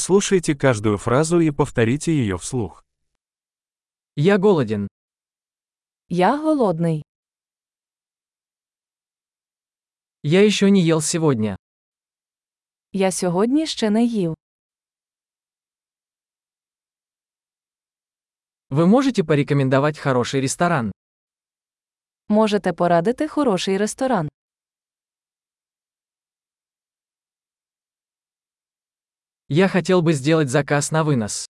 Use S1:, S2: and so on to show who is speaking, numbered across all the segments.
S1: Прослушайте каждую фразу и повторите ее вслух.
S2: Я голоден.
S3: Я голодний.
S2: Я еще не ел сегодня.
S3: Я сьогодні ще не їв.
S2: Вы можете порекомендовать хороший ресторан?
S3: Можете порадити хороший ресторан.
S2: Я хотел бы сделать заказ на вынос.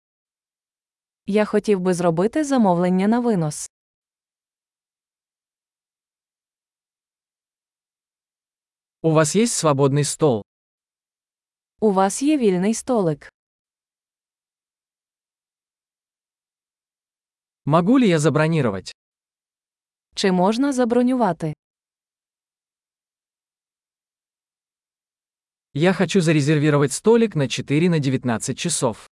S3: Я хотів би зробити замовлення на винос.
S2: У вас есть свободный стол?
S3: У вас є вільний столик.
S2: Могу ли я забронировать?
S3: Чи можна забронювати?
S2: Я хочу зарезервировать столик на 4 на 19 часов.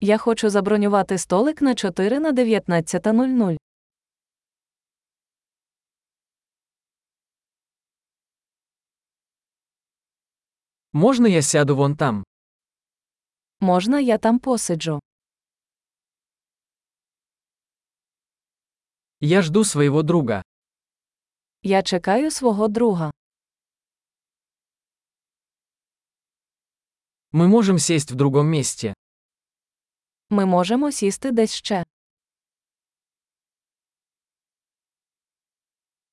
S3: Я хочу забронювати столик на 4 на 19.00.
S2: Можно я сяду вон там?
S3: Можна я там посиджу?
S2: Я жду своего друга.
S3: Я чекаю свого друга.
S2: Мы можем сесть в другом месте.
S3: Ми можемо сісти десь ще.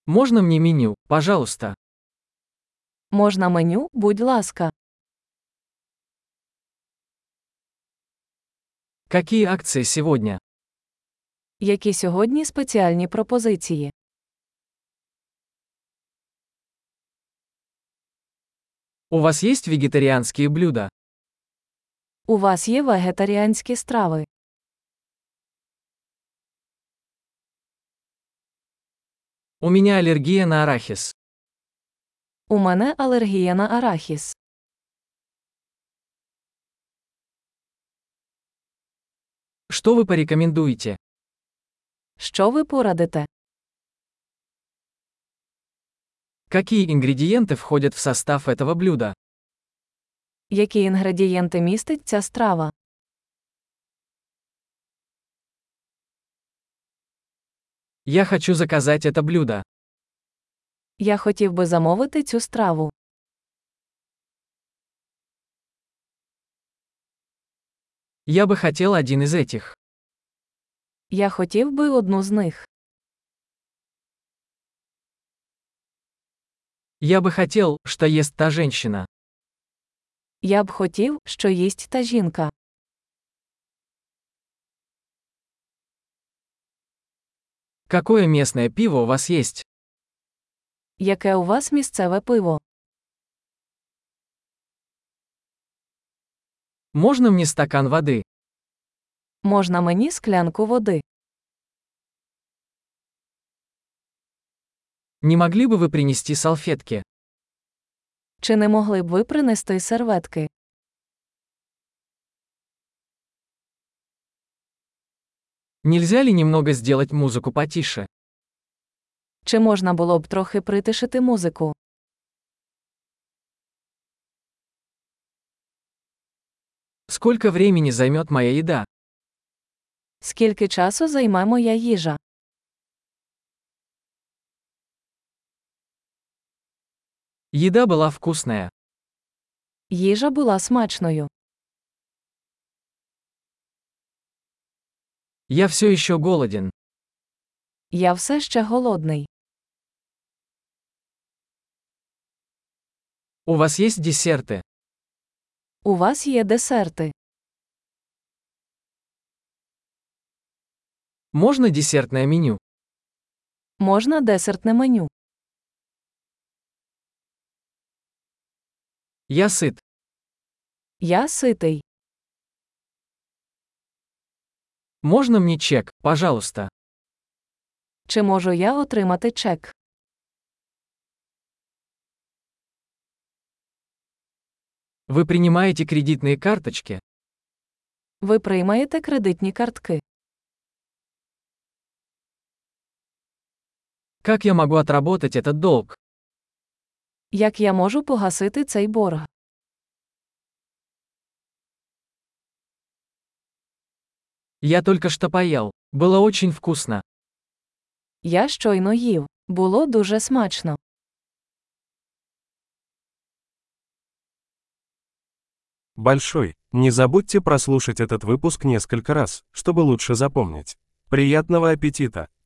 S2: Можно мне меню, пожалуйста?
S3: Можна меню, будь ласка.
S2: Какие акции сегодня?
S3: Які сьогодні спеціальні пропозиції?
S2: У вас есть вегетарианские блюда?
S3: У вас є вегетаріанські страви.
S2: У меня аллергия на арахис.
S3: У мене алергія на арахіс.
S2: Что вы порекомендуете?
S3: Що ви порадите?
S2: Какие ингредиенты входят в состав этого блюда?
S3: Які інгредієнти містить ця страва?
S2: Я хочу заказать это блюдо.
S3: Я хотів би замовити цю страву.
S2: Я бы хотел один из этих.
S3: Я хотів би одну з них.
S2: Я бы хотел, что ест та женщина.
S3: Я б хотів, що їсть та жінка.
S2: Какое местное пиво у вас есть?
S3: Яке у вас місцеве пиво?
S2: Можно мне стакан воды?
S3: Можна мені склянку води?
S2: Не могли бы вы принести салфетки?
S3: Чи не могли б ви принести серветки?
S2: Нельзя ли немного сделать музыку потише?
S3: Чи можна було б трохи притишити музику?
S2: Сколько времени займет моя еда?
S3: Скільки часу займе моя їжа?
S2: Еда была вкусная.
S3: Їжа була смачною.
S2: Я все еще голоден.
S3: Я все ще голодний.
S2: У вас есть десерты?
S3: У вас є десерти.
S2: Можно десертное меню?
S3: Можна десертне меню.
S2: Я сыт.
S3: Я ситий.
S2: Можно мне чек, пожалуйста?
S3: Чи можу я отримати чек?
S2: Вы принимаете кредитные карточки?
S3: Ви приймаєте кредитні картки.
S2: Как я могу отработать этот долг?
S3: Як я можу погасити цей борг?
S2: Я только что поел. Было очень вкусно.
S3: Я щойно їв. Було дуже смачно.
S1: Большой, не забудьте прослушать этот выпуск несколько раз, чтобы лучше запомнить. Приятного аппетита!